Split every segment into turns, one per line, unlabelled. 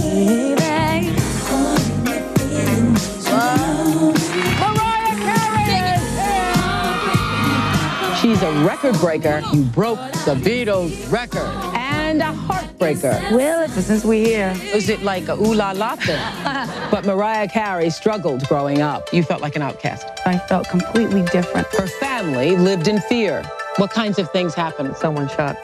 baby. Whoa. Mariah Carey!
She's a record breaker. You broke the Beatles record. And a heartbreaker.
Well, ever since we here.
Was it like a ooh la la thing? but Mariah Carey struggled growing up. You felt like an outcast.
I felt completely different.
Her family lived in fear. What kinds of things happened? Someone shot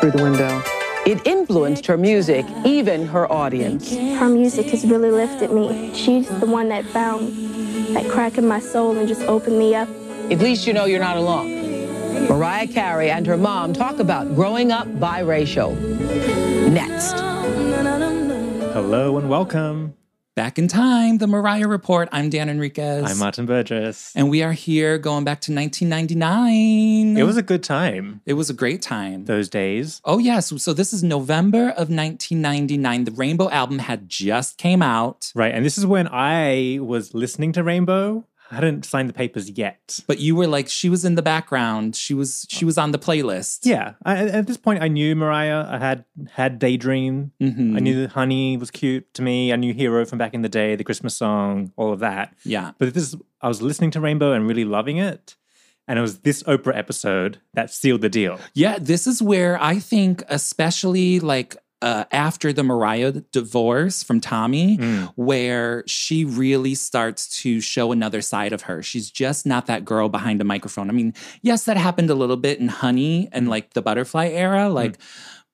through the window. It influenced her music, even her audience.
Her music has really lifted me. She's the one that found that crack in my soul and just opened me up.
At least you know you're not alone. Mariah Carey and her mom talk about growing up biracial. Next.
Hello and welcome.
Back in time, the Mariah Report. I'm Dan Enriquez.
I'm uh, Martin Burgess.
And we are here going back to 1999.
It was a good time
it was a great time.
those days.
oh yes, so this is November of 1999. The Rainbow album had just came out,
Right, and this is when I was listening to Rainbow. I hadn't signed the papers yet.
but you were like she was in the background. She was she was on the playlist.
Yeah, I, at at this point, I knew Mariah. I had had Daydream.
Mhm.
I knew that Honey was cute to me. I knew Hero from back in the day, the Christmas song, all of that.
Yeah.
But this, I was listening to Rainbow and really loving it. And it was this Oprah episode that sealed the deal.
Yeah, this is where I think, especially like uh, after the Mariah divorce from Tommy,
Mm.
where she really starts to show another side of her. She's just not that girl behind a microphone. I mean, yes, that happened a little bit in Honey
Mm.
and like the butterfly era, like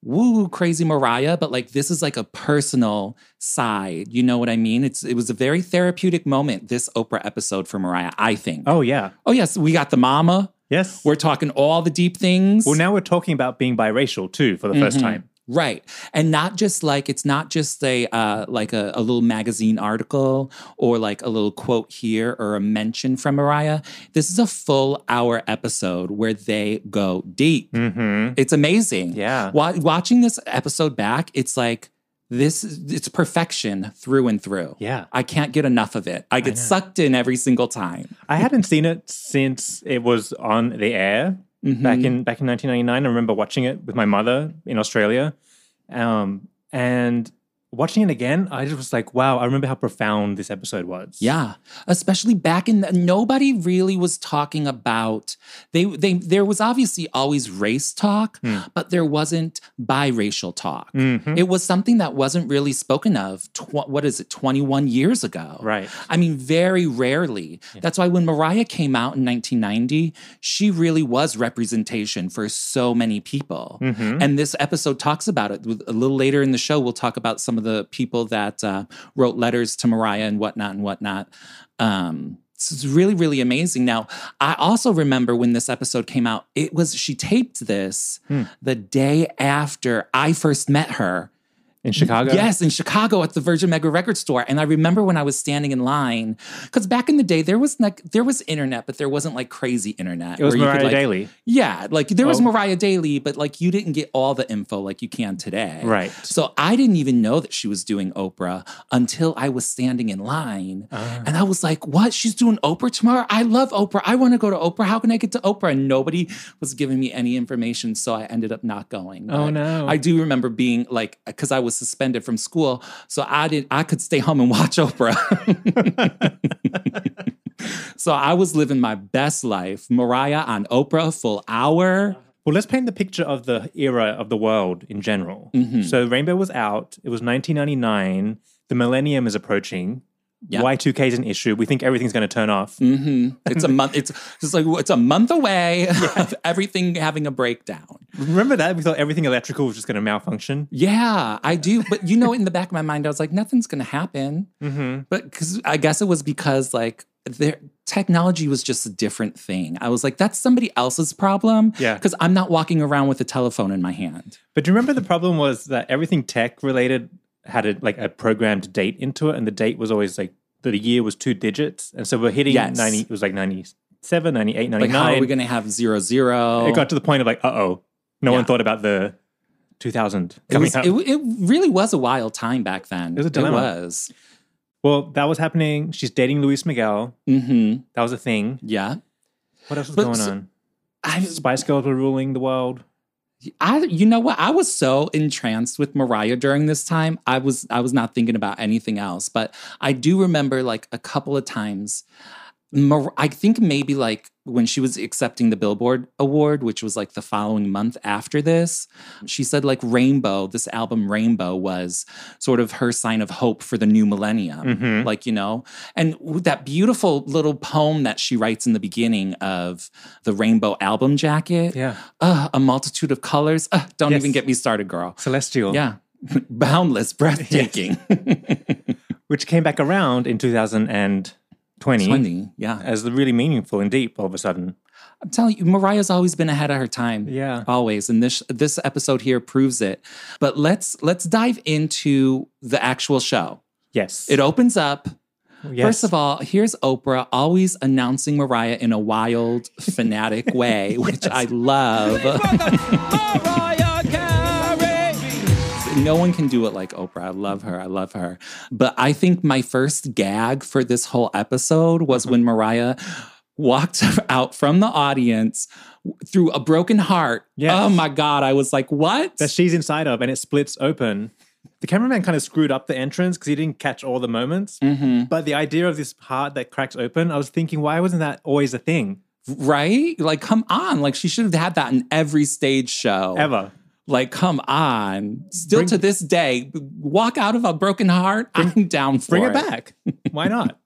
woo, crazy Mariah, but like this is like a personal side. You know what I mean? It's it was a very therapeutic moment, this Oprah episode for Mariah, I think.
Oh yeah,
Oh, yes, we got the mama.
yes.
We're talking all the deep things.
well, now we're talking about being biracial too for the first time.
Right. And not just like it's not just a uh, like a, a little magazine article or like a little quote here or a mention from Mariah. This is a full hour episode where they go deep.
Mm-hmm.
It's amazing.
Yeah.
Wa- watching this episode back, it's like this is- it's perfection through and through.
Yeah.
I can't get enough of it. I get sucked in every single time.
I hadn't seen it since it was on the air back
Mm-hmm.
in back in 1999. I remember watching it with my mother in Australia, um, and watching it again, I just was like, "Wow!" I remember how profound this episode was.
Yeah, especially back in the, nobody really was talking about they they there was obviously always race talk, but there wasn't biracial talk.
Mhm.
It was something that wasn't really spoken of. Tw- what is it? Twenty one years ago,
Right.
I mean, very rarely. That's why when Mariah came out in 1990, she really was representation for so many people. And this episode talks about it. With- A little later in the show, we'll talk about some of the people that uh, wrote letters to Mariah and whatnot and whatnot. Um, so it's really, really amazing. Now, I also remember when this episode came out, it was she taped this the day after I first met her.
in Chicago.
Yes, in Chicago at the Virgin Mega Record Store. And I remember when I was standing in line, because back in the day there was like there was internet, but there wasn't like crazy internet.
it was
where you could,
Mariah
like-
Daily.
Yeah, like there was
Oh.
Mariah Daily, but like you didn't get all the info like you can today.
Right.
So I didn't even know that she was doing Oprah until I was standing in line.
Uh-huh.
And I was like, what? She's doing Oprah tomorrow? I love Oprah. I want to go to Oprah. How can I get to Oprah? And nobody was giving me any information. So I ended up not going.
Oh,
But
no.
I do remember being like, because I was suspended from school. So I did I could stay home and watch Oprah. so I was living my best life. Mariah on Oprah, full hour.
Well, let's paint the picture of the era of the world in general.
Mm-hmm.
So, Rainbow was out. It was 1999. The millennium is approaching.
Yeah.
Y2K is an issue. We think everything's going to turn off.
hmm It's a month. It's just like it's a month away of everything having a breakdown.
Remember that? We thought everything electrical was just going to malfunction.
Yeah, I do. But you know, in the back of my mind, I was like, nothing's gonna happen.
Mm-hmm.
But because I guess it was because like their technology was just a different thing. I was like, that's somebody else's problem.
Yeah.
Because I'm not walking around with a telephone in my hand.
But do you remember the problem was that everything tech related had a, like a programmed date into it, and the date was always like the year was two digits, and so we're hitting
Yes.
ninety. It was like 97, 98,
Like,
99.
how are we gonna have zero zero?
it got to the point of like, uh oh, no one
Yeah.
thought about the two thousand
It
coming
was,
up.
it, it really was a wild time back then.
It was a dilemma.
It was.
well, that was happening. She's dating Luis Miguel.
Mm-hmm.
That was a thing.
Yeah.
What else was
But
going
so-
on?
I
Spice Girls were ruling the world.
I you know what I was so entranced with Mariah during this time. I was I was not thinking about anything else, but I do remember like a couple of times Mar- I think maybe like when she was accepting the Billboard award, which was like the following month after this, she said like Rainbow, this album Rainbow was sort of her sign of hope for the new millennium.
Mhm.
Like, you know, and with that beautiful little poem that she writes in the beginning of the Rainbow album jacket.
Yeah.
Ugh, a multitude of colors. Ugh, don't
Yes.
even get me started, girl.
Celestial.
Yeah. Boundless, breathtaking.
Which came back around in 2020
Funny. Yeah.
as the really meaningful and deep all of a sudden.
I'm telling you, Mariah's always been ahead of her time.
Yeah.
Always. And this this episode here proves it. But let's let's dive into the actual show.
Yes.
It opens up.
yes.
First of all, here's Oprah always announcing Mariah in a wild, fanatic way, which I love. no one can do it like Oprah. I love her. I love her. But I think my first gag for this whole episode
Mm-hmm.
was when Mariah walked out from the audience through a broken heart.
Yes.
Oh my God. I was like, what?
that she's inside of and it splits open. The cameraman kind of screwed up the entrance because he didn't catch all the moments. But the idea of this heart that cracks open, I was thinking, why wasn't that always a thing
right? Like, come on. Like, she should have had that in every stage show.
ever?
Like, come on. Still to this day, walk out of a broken heart. I'm down for
Bring
it.
it back. why not?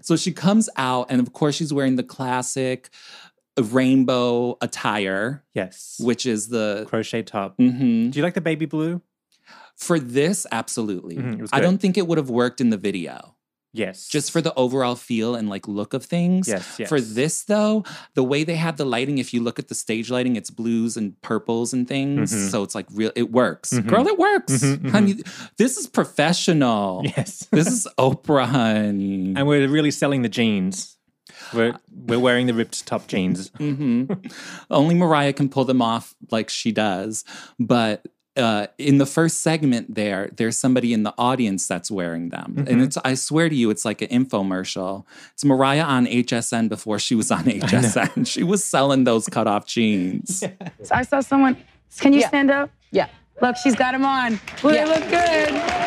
So she comes out, and of course, she's wearing the classic rainbow attire,
Yes.
which is the
crochet top.
Mhm.
Do you like the baby blue?
for this absolutely.
Mhm, it was
I
good.
don't think it would have worked in the video,
Yes.
just for the overall feel and like look of things.
Yes, yes.
For this though, the way they had the lighting, if you look at the stage lighting, it's blues and purples and things.
Mhm.
So it's like real. It works,
Mhm.
girl. It works,
Mhm, mhm.
honey. This is professional.
Yes.
this is Oprah, honey.
and we're really selling the jeans. We're, we're wearing the ripped top jeans.
hmm Only Mariah can pull them off like she does. But uh, in the first segment, there, there's somebody in the audience that's wearing them,
Mm-hmm.
and it's I swear to you, it's like an infomercial. It's Mariah on HSN before she was on HSN. she was selling those cutoff jeans.
I saw someone. Can you
Yeah.
stand up?
Yeah.
Look, she's got them on. Well,
Yeah.
they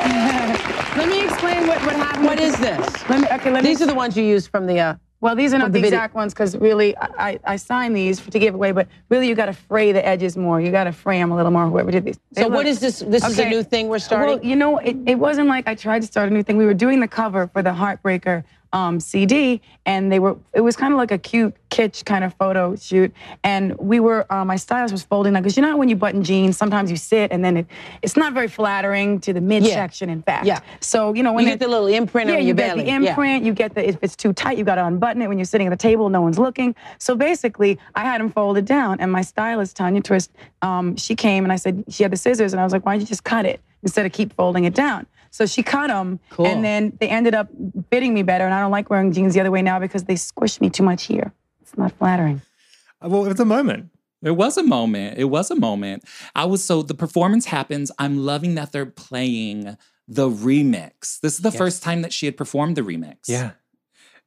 look good. let me explain what, what happened.
What is this?
Let me, okay, let me.
These are the ones you used from the. Uh,
Well, these are
From
not
the
the,
video.
exact ones because really, I, I, I signed these for, to give away, but really, you got to fray the edges more. You got to fray them a little more. Whoever did these. They
so what
look-
is this? This is a
Okay.
new thing we're starting.
Well, you know, it, it wasn't like I tried to start a new thing. We were doing the cover for the Heartbreaker um, CD, and they were. It was kind of like a cute, kitsch kind of photo shoot, and we were. Uh, my stylist was folding like, because you know how when you button jeans, sometimes you sit, and then it, it's not very flattering to the midsection. In fact,
Yeah.
So you know when
you
it-
get the little imprint
yeah,
on
you
your
get
belly.
the
Yeah.
imprint. You get the if it's too tight, you got to unbutton it. When you're sitting at the table, no one's looking. So basically, I had them folded down, and my stylist Tanya Twist, um, she came and I said she had the scissors, and I was like, why don't you just cut it instead of keep folding it down? So she cut them,
Cool.
and then they ended up fitting me better. And I don't like wearing jeans the other way now because they squish me too much here. It's not flattering.
Well, it's a moment.
It was a moment. It was a moment. I was so the performance happens. I'm loving that they're playing the remix. This is the first time that she had performed the remix.
Yeah.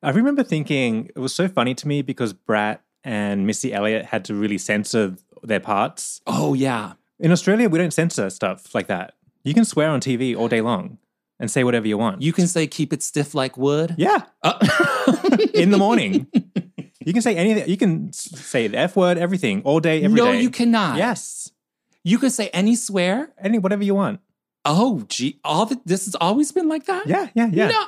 I remember thinking it was so funny to me because Brat and Missy Elliott had to really censor their parts.
Oh yeah.
In Australia, we don't censor stuff like that. You can swear on TV all day long and say whatever you want.
You can say keep it stiff like wood. Uh,
yeah. In the morning. You can say anything. You can s- say the F word, everything, all day, every day.
no, you cannot.
Yes.
You could say any swear.
Any, whatever you want.
Oh gee, all the, this has always been like that?
Yeah, yeah, yeah.
No.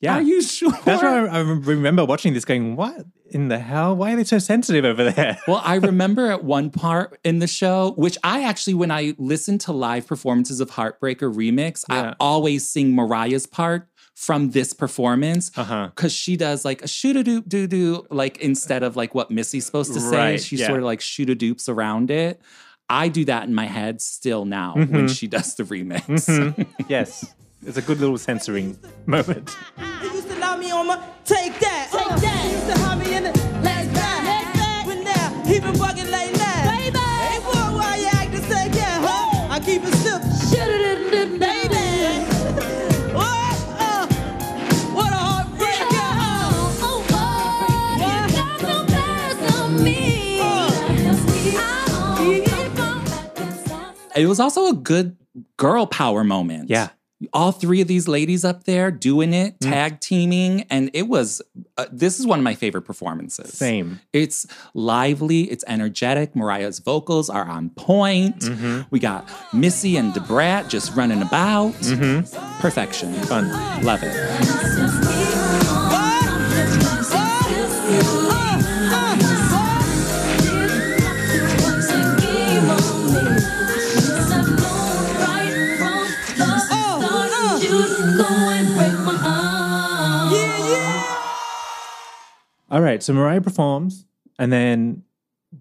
yeah.
Are you sure?
That's why I I remember watching this going, what in the hell? Why are they so sensitive over there?
Well, I remember at one part in the show, which I actually, when I listen to live performances of Heartbreaker Remix, I
Yeah.
always sing Mariah's part from this performance.
Uh-huh.
Cause she does like a shoot a doop doo doo, like instead of like what Missy's supposed to say,
Right,
she
yeah.
sort of like shoot a doops around it. I do that in my head still now
Mm-hmm.
when she does the remix.
yes. It's a good little censoring moment.
They used to allow me on my take that. Take that. They used to have me in the legs back. Legs back. But now he been bugging late night. Baby. Hey, boy, why you acting so yeah, huh? I keep it stiff. Shit it in the baby. What? Uh, what a heartbreaker. huh? What? Uh,
was also a good girl power moment.
Yeah. Mm.
All three of these ladies up there doing it, tag teaming, and it was. Uh, this is one of my favorite performances.
Same.
It's lively, it's energetic. Mariah's vocals are on point.
Mm-hmm.
We got Missy and Debrat just running about.
Mm-hmm.
Perfection. Fun. Love it.
All right, so Mariah performs, and then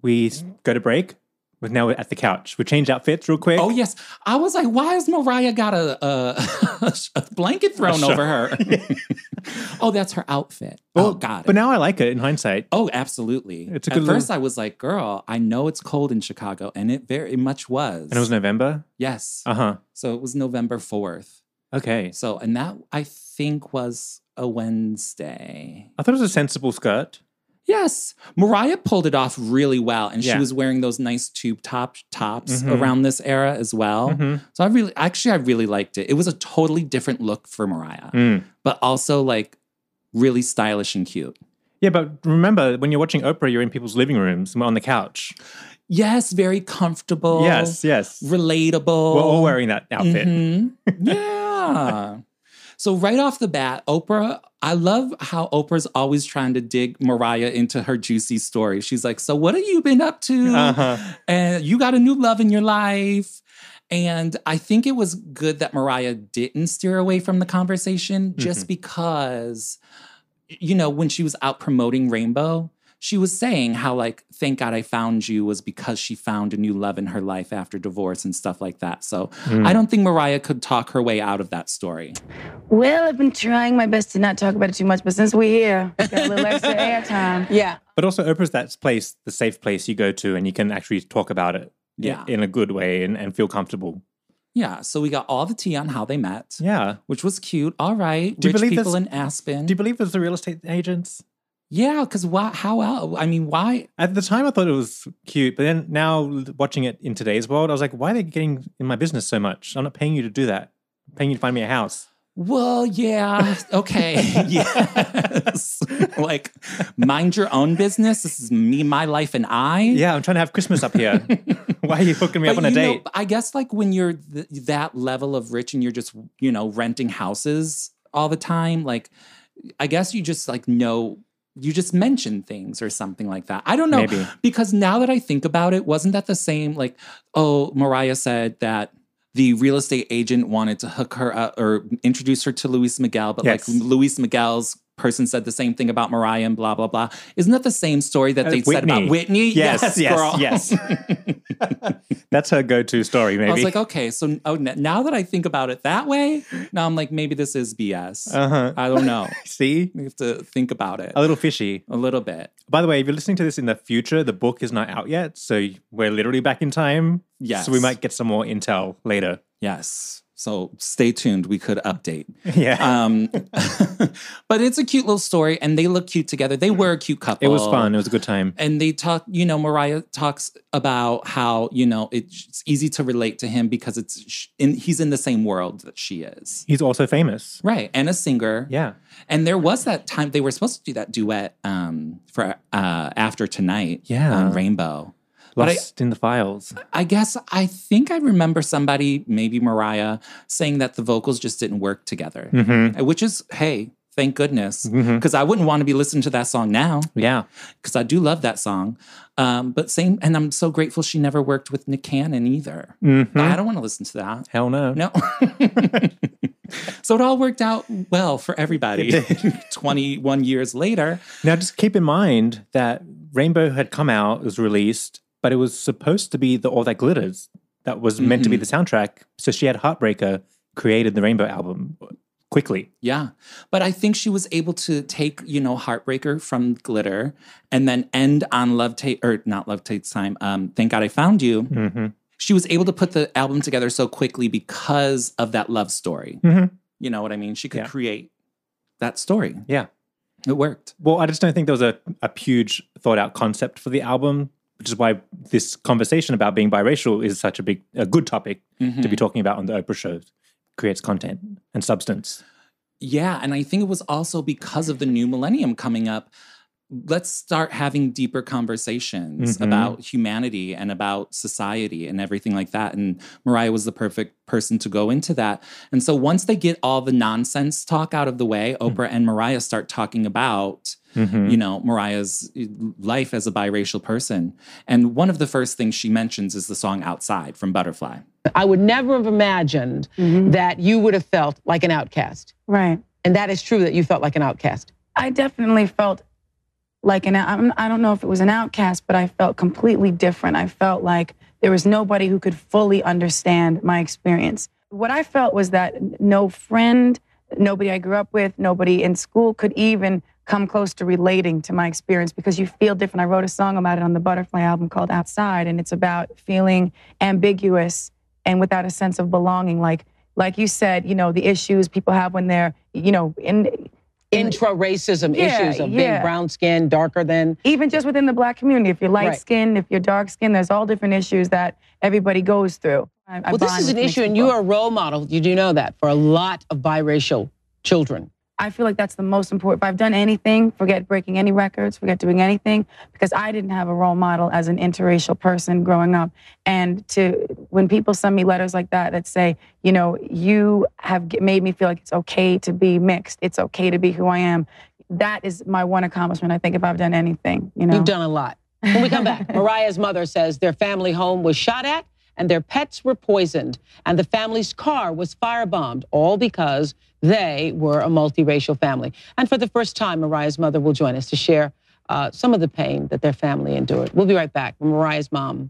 we s- go to break. But now we're at the couch. We change outfits real quick.
Oh yes, I was like, why has Mariah got a a, a blanket thrown over her? oh, that's her outfit. oh, got it.
But now I like it in hindsight.
Oh, absolutely.
It's a
At
good little-
first, I was like, "Girl, I know it's cold in Chicago," and it very much was.
And it was November.
yes.
Uh huh.
so it was November fourth.
Okay.
So, and that I think was a Wednesday.
I thought it was a sensible skirt.
Yes, Mariah pulled it off really well, and
Yeah.
she was wearing those nice tube top tops
Mhm.
around this era as well.
Mhm.
So I really, actually, I really liked it. It was a totally different look for Mariah,
Mm.
but also like really stylish and cute.
Yeah, but remember when you're watching Oprah, you're in people's living rooms and we're on the couch.
Yes, very comfortable.
yes, yes.
relatable.
We're all wearing that outfit.
Mhm. Yeah. So right off the bat, Oprah, I love how Oprah's always trying to dig Mariah into her juicy story. She's like, "So what have you been up to?"
Uh-huh.
And you got a new love in your life. And I think it was good that Mariah didn't steer away from the conversation just
Mm-hmm.
because you know, when she was out promoting Rainbow, she was saying how, like, thank God I found you was because she found a new love in her life after divorce and stuff like that. So
Mm.
I don't think Mariah could talk her way out of that story.
Well, I've been trying my best to not talk about it too much, but since we're here, got a little extra airtime.
Yeah.
But also, Oprah's that place, the safe place you go to, and you can actually talk about it i-
Yeah.
in a good way and, and feel comfortable.
Yeah. So we got all the tea on how they met,
Yeah.
which was cute. All right.
Do you
Rich
believe
people
this-
in Aspen.
Do you believe it was the real estate agents?
yeah. Cause why? How else? I mean, why?
At the time, I thought it was cute, but then now l- watching it in today's world, I was like, why are they getting in my business so much? I'm not paying you to do that. I'm paying you to find me a house.
Well, yeah. Okay. yes. like, mind your own business. This is me, my life, and I.
Yeah, I'm trying to have Christmas up here. why are you hooking me up on a
you know,
date?
I guess like when you're th- that level of rich and you're just you know renting houses all the time, like I guess you just like know you just mention things or something like that. I don't know
Maybe.
because now that I think about it, wasn't that the same? Like, oh, Mariah said that. The real estate agent wanted to hook her up or introduce her to Luis Miguel, but
Yes.
like Luis Miguel's person said the same thing about Mariah and blah blah blah. Isn't that the same story that
Uh,
they said about
Whitney.
Whitney?
Yes,
girl.
yes, yes. That's her go to story, maybe.
I was like, okay, so oh, n- now that I think about it that way, now I'm like, maybe this is BS.
uh-huh.
I don't know.
See?
We have to think about it
A little fishy.
a little bit.
By the way, if you're listening to this in the future, the book is not out yet, so we're literally back in time.
Yes.
So we might get some more intel later.
Yes. So stay tuned. We could update.
Yeah.
Um, but it's a cute little story, and they look cute together. They were a cute couple.
it was fun. It was a good time.
and they talk you know mariah talks about how you know it's easy to relate to him because it's sh- in, he's in the same world that she is
He's also famous.
right and a singer
Yeah.
And there was that time they were supposed to do that duet um, for uh, after tonight,
Yeah.
on Rainbow. But I,
Lost in the files.
I guess I think I remember somebody, maybe Mariah, saying that the vocals just didn't work together, which is hey, thank goodness, because I wouldn't want to be listening to that song now
Yeah.
because I do love that song. Um, but same, and I'm so grateful she never worked with Nick Cannon either. I don't want to listen to that.
Hell no.
No. so it all worked out well for everybody. 21 years later.
Now, just keep in mind that Rainbow had come out, it was released, but it was supposed to be the All That Glitters that was meant to be the soundtrack. So she had Heartbreaker created the Rainbow album quickly.
Yeah. But I think she was able to take, you know, Heartbreaker from Glitter and then end on Love Take, or not Love Takes Time, um, Thank God I Found You.
Mm-hmm.
She was able to put the album together so quickly because of that love story. You know what I mean? She could
Yeah.
create that story.
Yeah.
It worked.
Well, I just don't think there was a, a huge thought out concept for the album. which is why this conversation about being biracial is such a big, a good topic to be talking about on the Oprah show. Creates content and substance.
Yeah, and I think it was also because of the new millennium coming up. Let's start having deeper conversations
Mhm.
about humanity and about society and everything like that. And Mariah was the perfect person to go into that. And so once they get all the nonsense talk out of the way, Oprah and Mariah start talking about
Mhm.
you know, Mariah's eh, life as a biracial person. And one of the first things she mentions is the song Outside from Butterfly.
I would never have imagined
Mm-hmm.
that you would have felt like an outcast.
Right.
And that is true that you felt like an outcast.
I definitely felt like an I'm- I don't know if it was an outcast, but I felt completely different. I felt like there was nobody who could fully understand my experience. What I felt was that n- no friend, nobody I grew up with, nobody in school could even come close to relating to my experience because you feel different. I wrote a song about it on the Butterfly album called Outside and it's about feeling ambiguous and without a sense of belonging like like you said, you know, the issues people have when they're, you know, in
Intra racism
Yeah,
issues of being
yeah.
brown skinned, darker than.
even just within the black community, if you're light
Right.
skinned, if you're dark skinned, there's all different issues that everybody goes through. I, I
Well, this
bond
is
with
an
mixed
issue, and
people.
you are a role model. You do know that for a lot of biracial children.
I feel like that's the most important. If I've done anything, forget breaking any records, forget doing anything, because I didn't have a role model as an interracial person growing up. And to when people send me letters like that that say, you know, you have g- made me feel like it's okay to be mixed, it's okay to be who I am. That is my one accomplishment. I think if I've done anything, you know,
You've done a lot. When we come back, Mariah's mother says their family home was shot at and their pets were poisoned and the family's car was firebombed, all because they were a multiracial family. And for the first time, Mariah's mother will join us to share uh, some of the pain that their family endured. We'll be right back with Mariah's mom.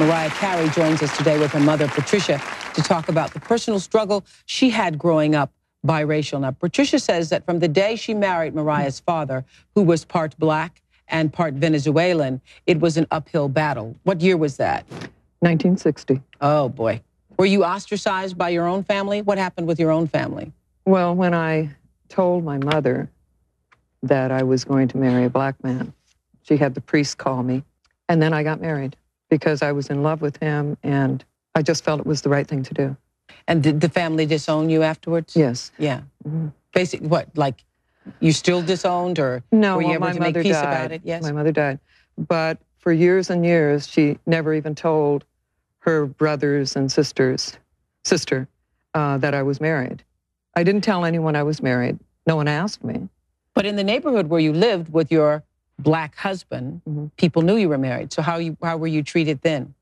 Mariah Carey joins us today with her mother, Patricia, to talk about the personal struggle she had growing up biracial. Now, Patricia says that from the day she married Mariah's father, who was part black and part Venezuelan, it was an uphill battle. What year was that?
1960.
Oh, boy. Were you ostracized by your own family? What happened with your own family?
Well, when I told my mother that I was going to marry a black man, she had the priest call me. And then I got married because I was in love with him and I just felt it was the right thing to do.
And did the family disown you afterwards?
Yes.
Yeah.
Mhm.
Basically, what, like you still disowned or?
No,
Were you
well,
able
my
to make
mother
peace
died.
about it? Yes.
My mother died. But for years and years, she never even told her brothers and sisters, sister, uh, that I was married. I didn't tell anyone I was married. No one asked me.
But in the neighborhood where you lived with your black husband,
Mhm.
people knew you were married. So how you how were you treated then?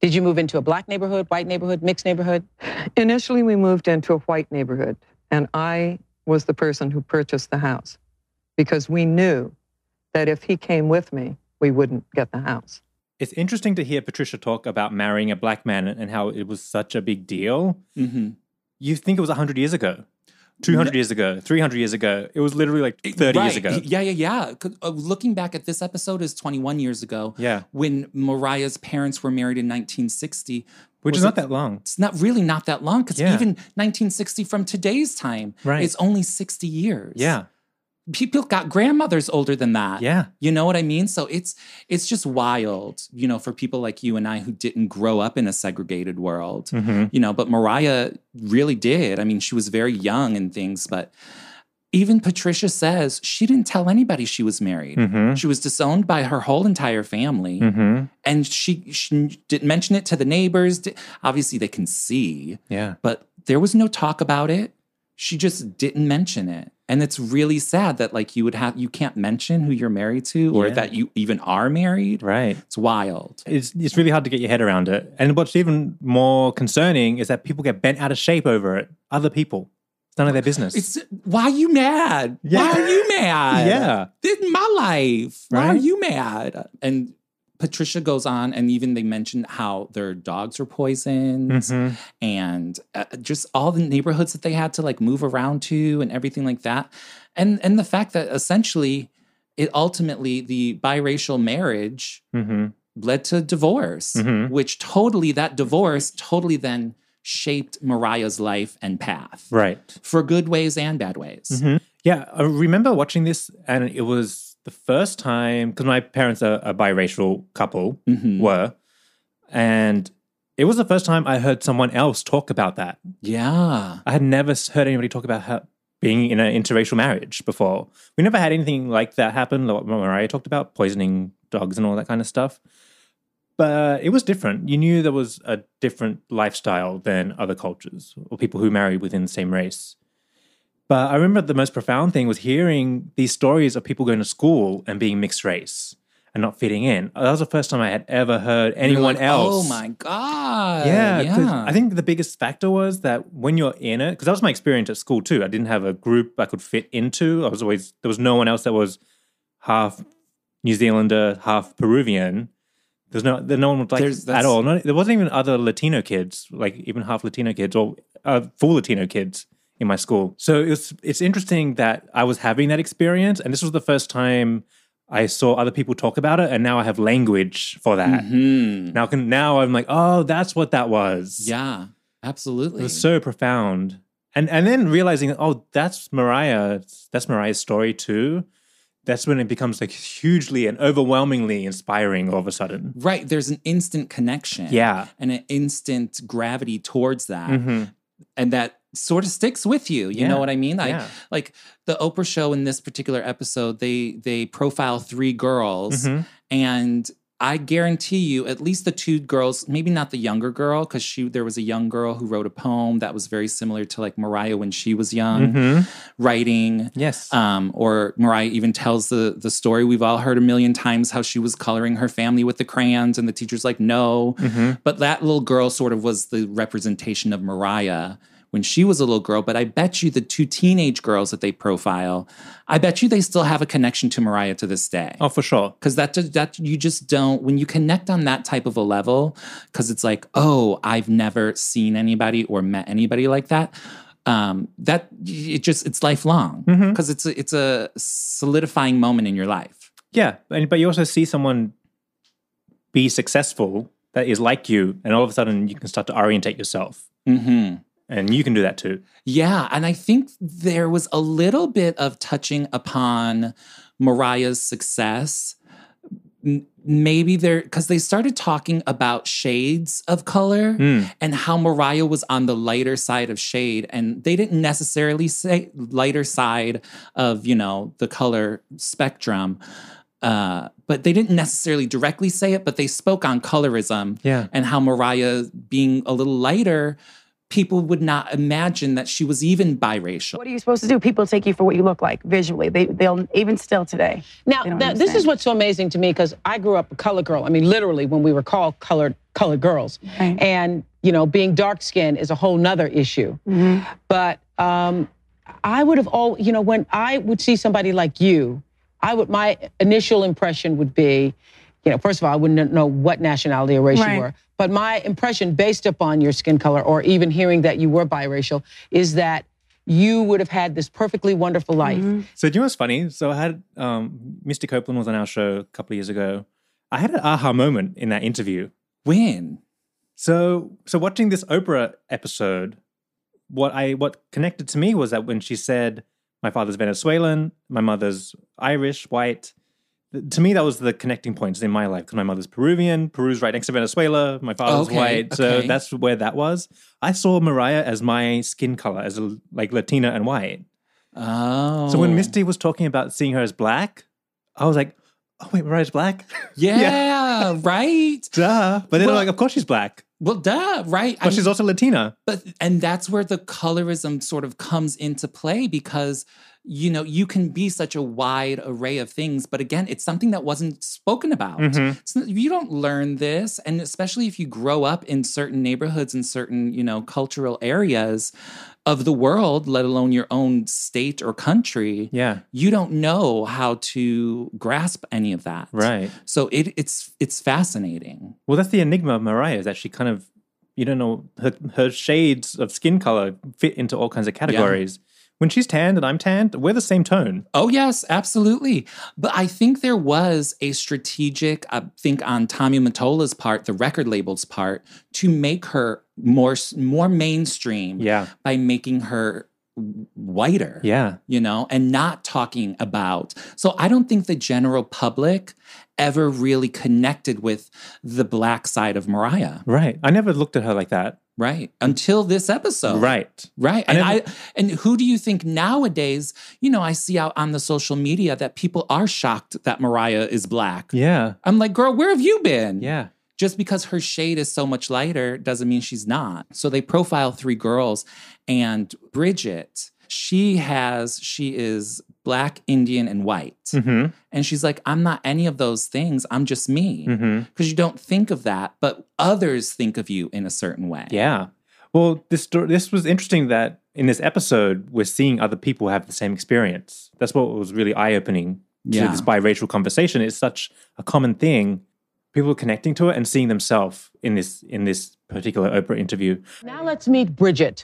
Did you move into a black neighborhood, white neighborhood, mixed neighborhood?
Initially, we moved into a white neighborhood, and I was the person who purchased the house because we knew that if he came with me, we wouldn't get the house.
It's interesting to hear Patricia talk about marrying a black man and how it was such a big deal.
Mm-hmm.
You think it was 100 years ago, 200 years ago, 300 years ago. It was literally like 30 years ago.
Yeah, yeah, yeah. 'Cause, uh, Looking back at this episode is 21 years ago.
Yeah.
When Mariah's parents were married in 1960.
Which
was
is not
it-
that long.
It's not really not that long because
Yeah.
even 1960 from today's time
Right.
it's only 60 years.
Yeah.
people got grandmothers older than that.
Yeah.
You know what I mean? So it's it's just wild, you know, for people like you and I who didn't grow up in a segregated world.
Mhm.
You know, but Mariah really did. I mean, she was very young and things, but even Patricia says she didn't tell anybody she was married.
Mhm.
She was disowned by her whole entire family
Mhm.
and she, she didn't mention it to the neighbors. Di- Obviously they can see
Yeah.
but there was no talk about it. She just didn't mention it. And it's really sad that like you would have you can't mention who you're married to or
Yeah.
that you even are married.
Right.
It's wild.
It's it's really hard to get your head around it. And what's even more concerning is that people get bent out of shape over it. Other people. It's none of their business.
It's why are you mad? Why
Yeah.
are you mad?
Yeah.
This is my life. Why are
Right?
you mad? And Patricia goes on, and even they mentioned how their dogs were poisoned.
Mhm.
and uh, just all the neighborhoods that they had to like move around to and everything like that and and the fact that essentially it ultimately the biracial marriage
Mhm.
led to divorce
Mhm.
which totally that divorce totally then shaped mariah's life and path
Right.
for good ways and bad ways
Mhm. Yeah, I remember watching this, and it was the first time because my parents are a biracial couple
Mhm.
were, and it was the first time I heard someone else talk about that.
yeah
I had never s- heard anybody talk about her being in an interracial marriage before. We never had anything like that happen. Like what Mariah talked about poisoning dogs and all that kind of stuff. But it was different. You knew there was a different lifestyle than other cultures or people who married within the same race. But I remember the most profound thing was hearing these stories of people going to school and being mixed race and not fitting in. That was the first time I had ever heard
You're
anyone
like,
else
oh my god
yeah, 'cause
yeah
I think the biggest factor was that when you're in it, because that was my experience at school too. I didn't have a group I could fit into. I was always there was no one else that was half New Zealander, half Peruvian. There's no there no one was like
There's-
at
that's-
all. No, there wasn't even other Latino kids, like even half Latino kids or uh, full Latino kids in my school. So it was it's interesting that I was having that experience, and this was the first time. I saw other people talk about it, and now I have language for that.
Hmm.
Now can now I'm like, oh, that's what that was.
yeah
It
absolutely
was so profound. And and then realizing, oh, that's Mariah, that's Mariah's story too. That's when it becomes like hugely and overwhelmingly inspiring all of a sudden.
Right. There's an instant connection.
Yeah.
And an instant gravity towards that.
hmm
And that sort of sticks with you. You
Yeah,
know what I mean? Like
yeah.
like the Oprah show in this particular episode, they they profile three girls
Mhm.
and I guarantee you at least the two girls, maybe not the younger girl, because she there was a young girl who wrote a poem that was very similar to like Mariah when she was young, writing.
Mm-hmm. Yes.
Um, or Mariah even tells the the story we've all heard a million times how she was coloring her family with the crayons, and the teacher's like, no. But that little girl sort of was the representation of Mariah when she was a little girl. But I bet you the two teenage girls that they profile, I bet you they still have a connection to Mariah to this day
Oh, for sure.
because that does- that you just don't when you connect on that type of a level because it's like oh i've never seen anybody or met anybody like that um that it just it's lifelong because it's a, it's a solidifying moment in your life
Yeah. And, but you also see someone be successful that is like you, and all of a sudden you can start to orientate yourself.
mm-hmm
And you can do that too.
Yeah, and I think there was a little bit of touching upon Mariah's success. M- Maybe there, because they started talking about shades of color and how Mariah was on the lighter side of shade. And they didn't necessarily say lighter side of, you know, the color spectrum. Uh, but they didn't necessarily directly say it, but they spoke on colorism
Yeah.
and how Mariah being a little lighter, people would not imagine that she was even biracial.
What are you supposed to do? People take you for what you look like visually. They, they'll even still today.
Now,
They don't
now this is
understand.
what's so amazing to me because I grew up a color girl. I mean, literally, when we were called colored colored girls,
Right.
and you know, being dark skinned is a whole nother issue.
Mm-hmm.
But um, I would have all, you know, when I would see somebody like you, I would my initial impression would be, you know, first of all, I wouldn't know what nationality or race
Right.
you were, but my impression based upon your skin color or even hearing that you were biracial is that you would have had this perfectly wonderful life.
Mm-hmm.
So do you know what's funny? So I had um, Mr. Copeland was on our show a couple of years ago. I had an aha moment in that interview.
When?
So so watching this Oprah episode, what I what connected to me was that when she said My father's Venezuelan. My mother's Irish, white. Th- To me, that was the connecting points in my life because my mother's Peruvian. Peru's right next to Venezuela. My father's
Okay,
white. So
okay.
that's where that was. I saw Mariah as my skin color, as a, like Latina and white.
Oh.
So when Misty was talking about seeing her as black, I was like, oh, wait, Mariah's black?
Yeah, right.
Duh. But then I'm
Well-
like, of course she's black.
Well, duh, right.
But
I
she's also Latina.
but and that's where the colorism sort of comes into play because you know you can be such a wide array of things but again it's something that wasn't spoken about
Mhm.
It's not- you don't learn this and especially if you grow up in certain neighborhoods and certain you know cultural areas of the world let alone your own state or country
Yeah.
you don't know how to grasp any of that
Right.
so it, it's it's fascinating
Well, that's the enigma of Mariah is that she kind of, you don't know, her, her shades of skin color fit into all kinds of categories. When she's tanned and I'm tanned, we're the same tone.
Oh, yes, absolutely. But I think there was a strategic, I think, on Tommy Mottola's part, the record label's part, to make her more s- more mainstream
Yeah.
by making her w- whiter.
Yeah.
You know, and not talking about. So I don't think the general public ever really connected with the black side of Mariah,
Right. I never looked at her like that.
right? Until this
Oh.
episode.
Right.
Right.
I
And I
never-
and who do you think nowadays, you know, I see out on the social media that people are shocked that Mariah is black.
Yeah.
I'm like, girl, where have you been?
Yeah.
Just because her shade is so much lighter doesn't mean she's not. So they profile three girls and Bridget, she has she is black, Indian and white.
hmm
And she's like, I'm not any of those things. I'm just me.
hmm
Because you don't think of that, but others think of you in a certain way.
Yeah. Well, this sto- this was interesting that in this episode we're seeing other people have the same experience. That's what was really eye opening to
Yeah.
this biracial conversation. It's such a common thing. People are connecting to it and seeing themselves in this in this particular Oprah interview.
Now let's meet Bridget.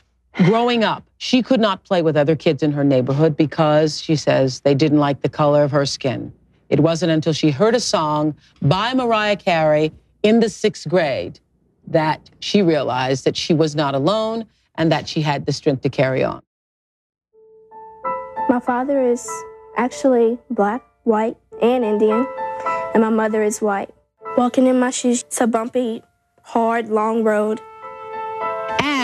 Growing up, she could not play with other kids in her neighborhood because she says they didn't like the color of her skin. It wasn't until she heard a song by Mariah Carey in the sixth grade that she realized that she was not alone and that she had the strength to carry on.
My father is actually black, white, and Indian, and my mother is white. Walking in my shoes, it's a bumpy, hard, long road.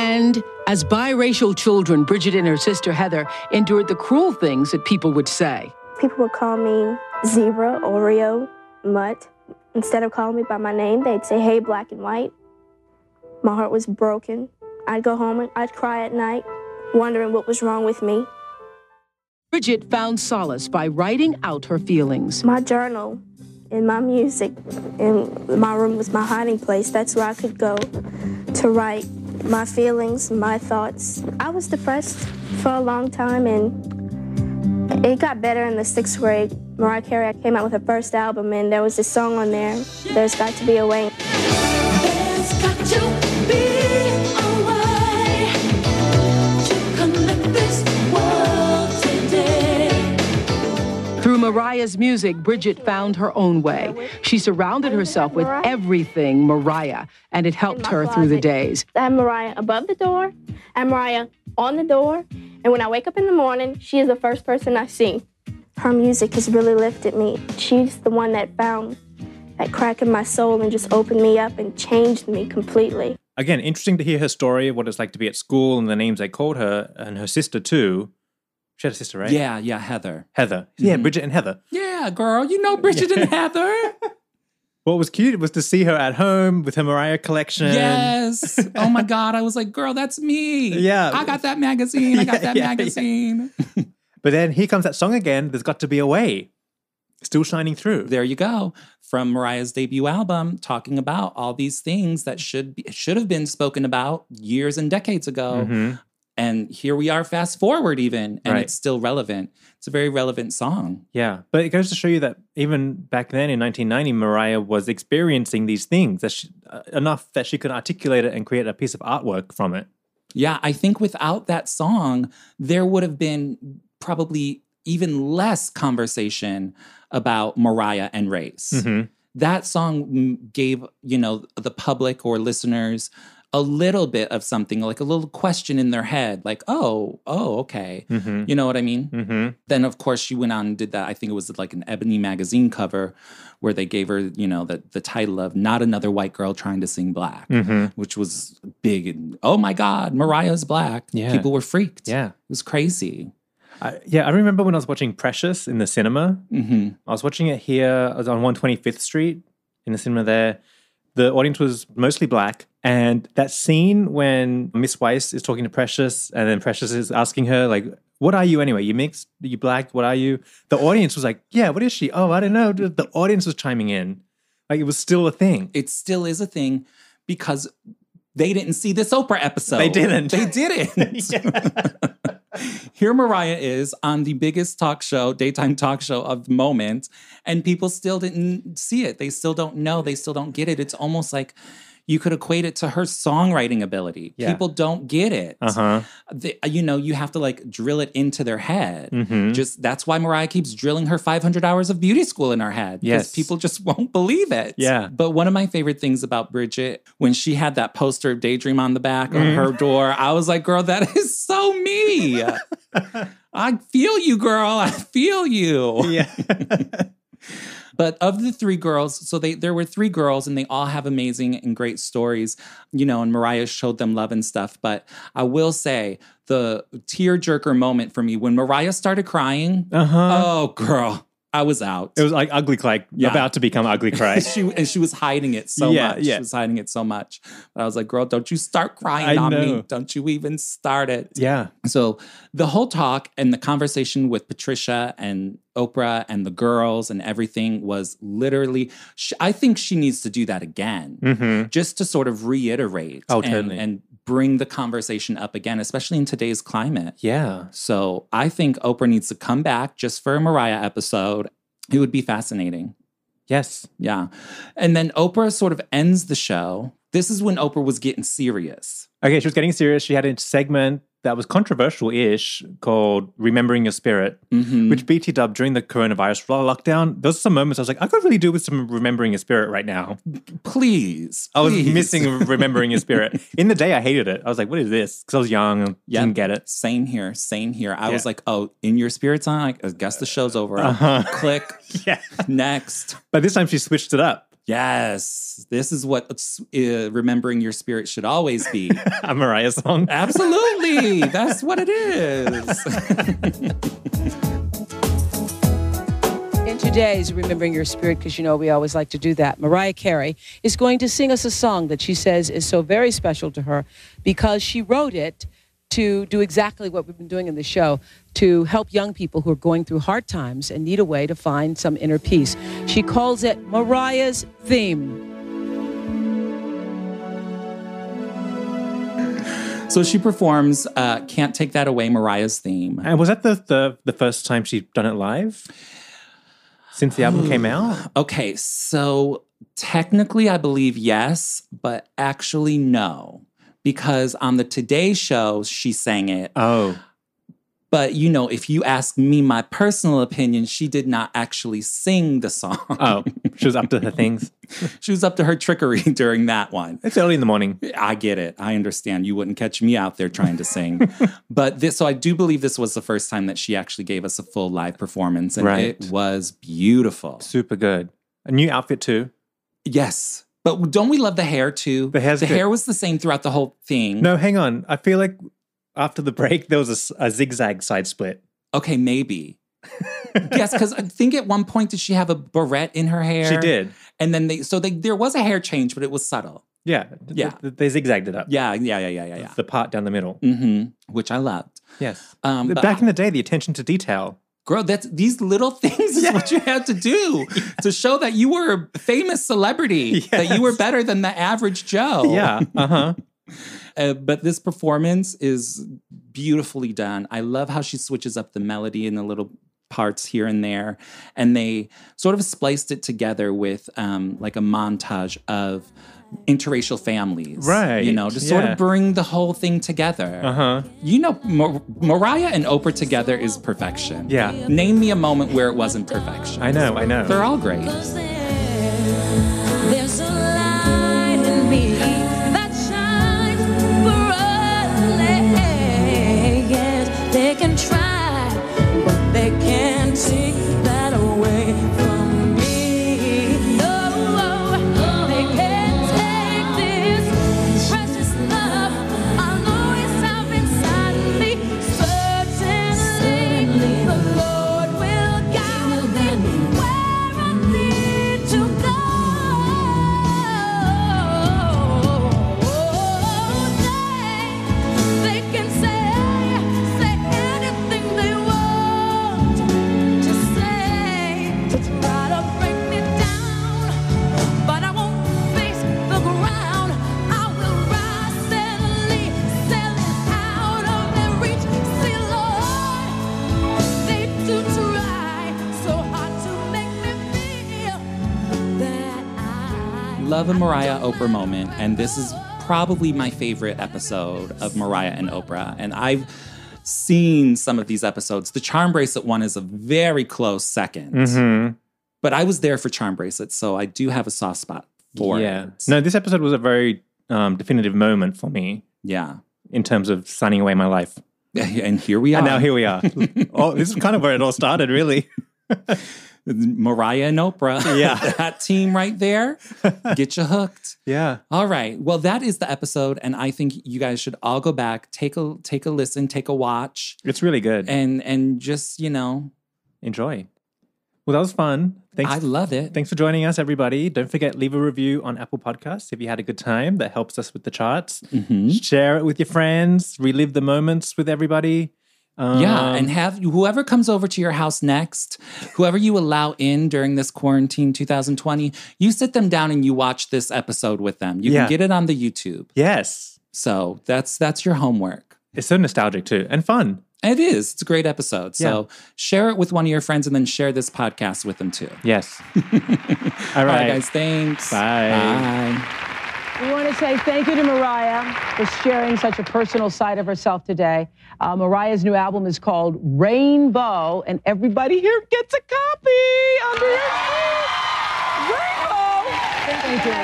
And as biracial children, Bridget and her sister Heather endured the cruel things that people would say.
People would call me Zebra, Oreo, Mutt. Instead of calling me by my name, they'd say, hey, black and white. My heart was broken. I'd go home and I'd cry at night, wondering what was wrong with me.
Bridget found solace by writing out her feelings.
My journal and my music and my room was my hiding place. That's where I could go to write my feelings, my thoughts. I was depressed for a long time and it got better in the sixth grade. Mariah Carey came out with her first album and there was this song on there, There's Got to Be a Way.
There's got to be a way to connect this world today.
Through Mariah's music, Bridget found her own way. She surrounded herself with everything Mariah, and it helped her through the days.
I have Mariah above the door, I have Mariah on the door, and when I wake up in the morning, she is the first person I see. Her music has really lifted me. She's the one that found that crack in my soul and just opened me up and changed me completely.
Again, interesting to hear her story of what it's like to be at school and the names they called her and her sister too. She had a sister, right?
Yeah, Mm-hmm. yeah, Heather.
Heather. Yeah, Bridget and Heather.
Yeah, girl, you know Bridget and Heather.
What was cute was to see her at home with her Mariah collection.
yes. Oh my God, I was like, girl, that's me.
Yeah.
I got that magazine. I got
Yeah,
that
yeah, yeah.
magazine.
But then here comes that song again. There's got to be a way. Still shining through.
There you go. From Mariah's debut album, talking about all these things that should be, should have been spoken about years and decades ago.
Mhm.
And here we are, fast forward even, and
Right.
it's still relevant. It's a very relevant song.
Yeah, but it goes to show you that even back then in 1990, Mariah was experiencing these things that she, uh, enough that she could articulate it and create a piece of artwork from it.
Yeah, I think without that song, there would have been probably even less conversation about Mariah and race.
Mhm.
That song mm, gave, you know, the public or listeners a little bit of something, like a little question in their head, like, oh, oh, okay.
Mm-hmm.
You know what I mean?
Mm-hmm.
Then, of course, she went on and did that. I think it was like an Ebony magazine cover where they gave her, you know, the, the title of Not Another White Girl Trying to Sing Black,
Mm-hmm.
which was big. And, oh my God, Mariah's black.
Yeah.
People were freaked.
Yeah.
It was crazy.
I, yeah, I remember when I was watching Precious in the cinema.
hmm
I was watching it here. I was on 125th Street in the cinema there. The audience was mostly black. And that scene when Miss Weiss is talking to Precious and then Precious is asking her, like, what are you anyway? You mixed? Are you black? What are you? The audience was like, yeah, what is she? Oh, I don't know. The the audience was chiming in. Like, it was still a thing.
It still is a thing because they didn't see this Oprah episode.
They didn't.
They didn't. Here Mariah is on the biggest talk show, daytime talk show of the moment, and people still didn't see it. They still don't know. They still don't get it. It's almost like you could equate it to her songwriting ability.
Yeah.
People don't get it.
Uh huh.
The- you know, you have to like drill it into their head.
Mhm.
Just that's why Mariah keeps drilling her 500 hours of beauty school in her head.
Yes.
people just won't believe it.
Yeah.
But one of my favorite things about Bridget, when she had that poster of Daydream on the back of her
Mm-hmm.
door, I was like, girl, that is so me. I feel you, girl. I feel you.
Yeah.
But of the three girls, so they there were three girls and they all have amazing and great stories, you know, and Mariah showed them love and stuff. But I will say the tearjerker moment for me when Mariah started crying,
Uh huh.
oh girl, I was out.
it was like ugly cry,
Yeah.
about to become ugly cry.
she and she was hiding it so
Yeah,
much.
yeah.
She was hiding it so much. But I was like, girl, don't you start crying
I
on me.
know.
Don't you even start it.
yeah.
So the whole talk and the conversation with Patricia and Oprah and the girls and everything was literally. Sh- I think she needs to do that again,
Mm-hmm.
just to sort of reiterate.
Oh,
and-
totally.
and bring the conversation up again, especially in today's climate.
Yeah.
So I think Oprah needs to come back just for a Mariah episode. It would be fascinating.
Yes.
Yeah. And then Oprah sort of ends the show. This is when Oprah was getting serious.
Okay, she was getting serious. She had a segment that was controversial ish called Remembering Your Spirit,
Mhm.
which BT dubbed during the coronavirus lockdown. Those are some moments I was like, I could really do with some Remembering Your Spirit right now.
please.
I was
please.
missing Remembering Your Spirit. In the day, I hated it. I was like, what is this? Because I was young and
Yep.
didn't get it.
Same here. Same here. I was
Yeah.
like, oh, in your spirit's on. I guess the show's over.
Uh-huh.
Click.
Yeah.
Next.
But this time she switched it up.
Yes. This is what uh, remembering your spirit should always be.
A Mariah song.
Absolutely. That's what it is.
In today's Remembering Your Spirit, because you know we always like to do that, Mariah Carey is going to sing us a song that she says is so very special to her because she wrote it to do exactly what we've been doing in the show to help young people who are going through hard times and need a way to find some inner peace. She calls it Mariah's Theme.
so she performs uh, Can't Take That Away, Mariah's theme.
And was that the, the, the first time she'd done it live? Since the album came out?
Okay, so technically, I believe yes, but actually, no, because on the Today Show, she sang it.
Oh.
But you know, if you ask me my personal opinion, she did not actually sing the song.
Oh. she was up to her things.
she was up to her trickery during that one.
It's early in the morning.
I get it. I understand. You wouldn't catch me out there trying to sing. but this, so I do believe this was the first time that she actually gave us a full live performance, and
Right.
it was beautiful.
Super good. A new outfit too.
Yes. But don't we love the hair too?
The hair's good.
hair was the same throughout the whole thing.
No, hang on. I feel like after the break there was a s- a, zigzag side split.
Okay, maybe. yes, because I think at one point did she have a barrette in her hair?
She did.
And then they so they there was a hair change, but it was subtle.
Yeah. Th-
Yeah.
th- they zigzagged it up.
Yeah, yeah, yeah, yeah, yeah, yeah.
The part down the middle.
Mm-hmm. Which I loved.
Yes.
Um, but
Back in the day, the attention to detail.
girl, that's these little things is what you had to do to show that you were a famous celebrity, that you were
Yes.
better than the average Joe.
Yeah. Uh huh.
Uh, but this performance is beautifully done. I love how she switches up the melody in the little parts here and there. And they sort of spliced it together with um, like a montage of interracial families.
Right,
You know, to sort
yeah.
of bring the whole thing together.
Uh huh.
You know, Mar- Mariah and Oprah together is perfection.
Yeah.
Name me a moment where it wasn't perfection.
I know. I know.
They're all great.
There's a light in me that shines
love a Mariah Oprah moment, and this is probably my favorite episode of Mariah and Oprah. And I've seen some of these episodes. The Charm Bracelet one is a very close 2nd
Mhm.
but I was there for Charm Bracelet, so I do have a soft spot for
yeah.
it.
No, this episode was a very um, definitive moment for me
Yeah.
in terms of signing away my life.
And here we are.
And now here we are. oh, this is kind of where it all started, really.
Mariah and Oprah.
Yeah.
that team right there. Get you hooked.
Yeah.
All right. Well, that is the episode. And I think you guys should all go back, take a take a listen, take a watch,
It's really good.
and and just, you know,
Enjoy. Well, that was fun. Thanks.
I love it.
Thanks for joining us, everybody. Don't forget, leave a review on Apple Podcasts if you had a good time. That helps us with the charts.
Mhm.
Share it with your friends. Relive the moments with everybody. Um,
Yeah, and have whoever comes over to your house next, whoever you allow in during this quarantine 2020, you sit them down and you watch this episode with them. You
Yeah.
can get it on the YouTube.
yes,
So that's that's your homework.
it's so nostalgic too and fun.
It is. It's a great episode. So share it with one of your friends and then share this podcast with them too.
Yes. All
All right,
right.
guys. Thanks.
Bye.
Bye.
We want to say thank you to Mariah for sharing such a personal side of herself today. Uh, Mariah's new album is called Rainbow, and everybody here gets a copy under your feet. Rainbow. Thank you.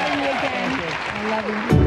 Thank you.
I love you.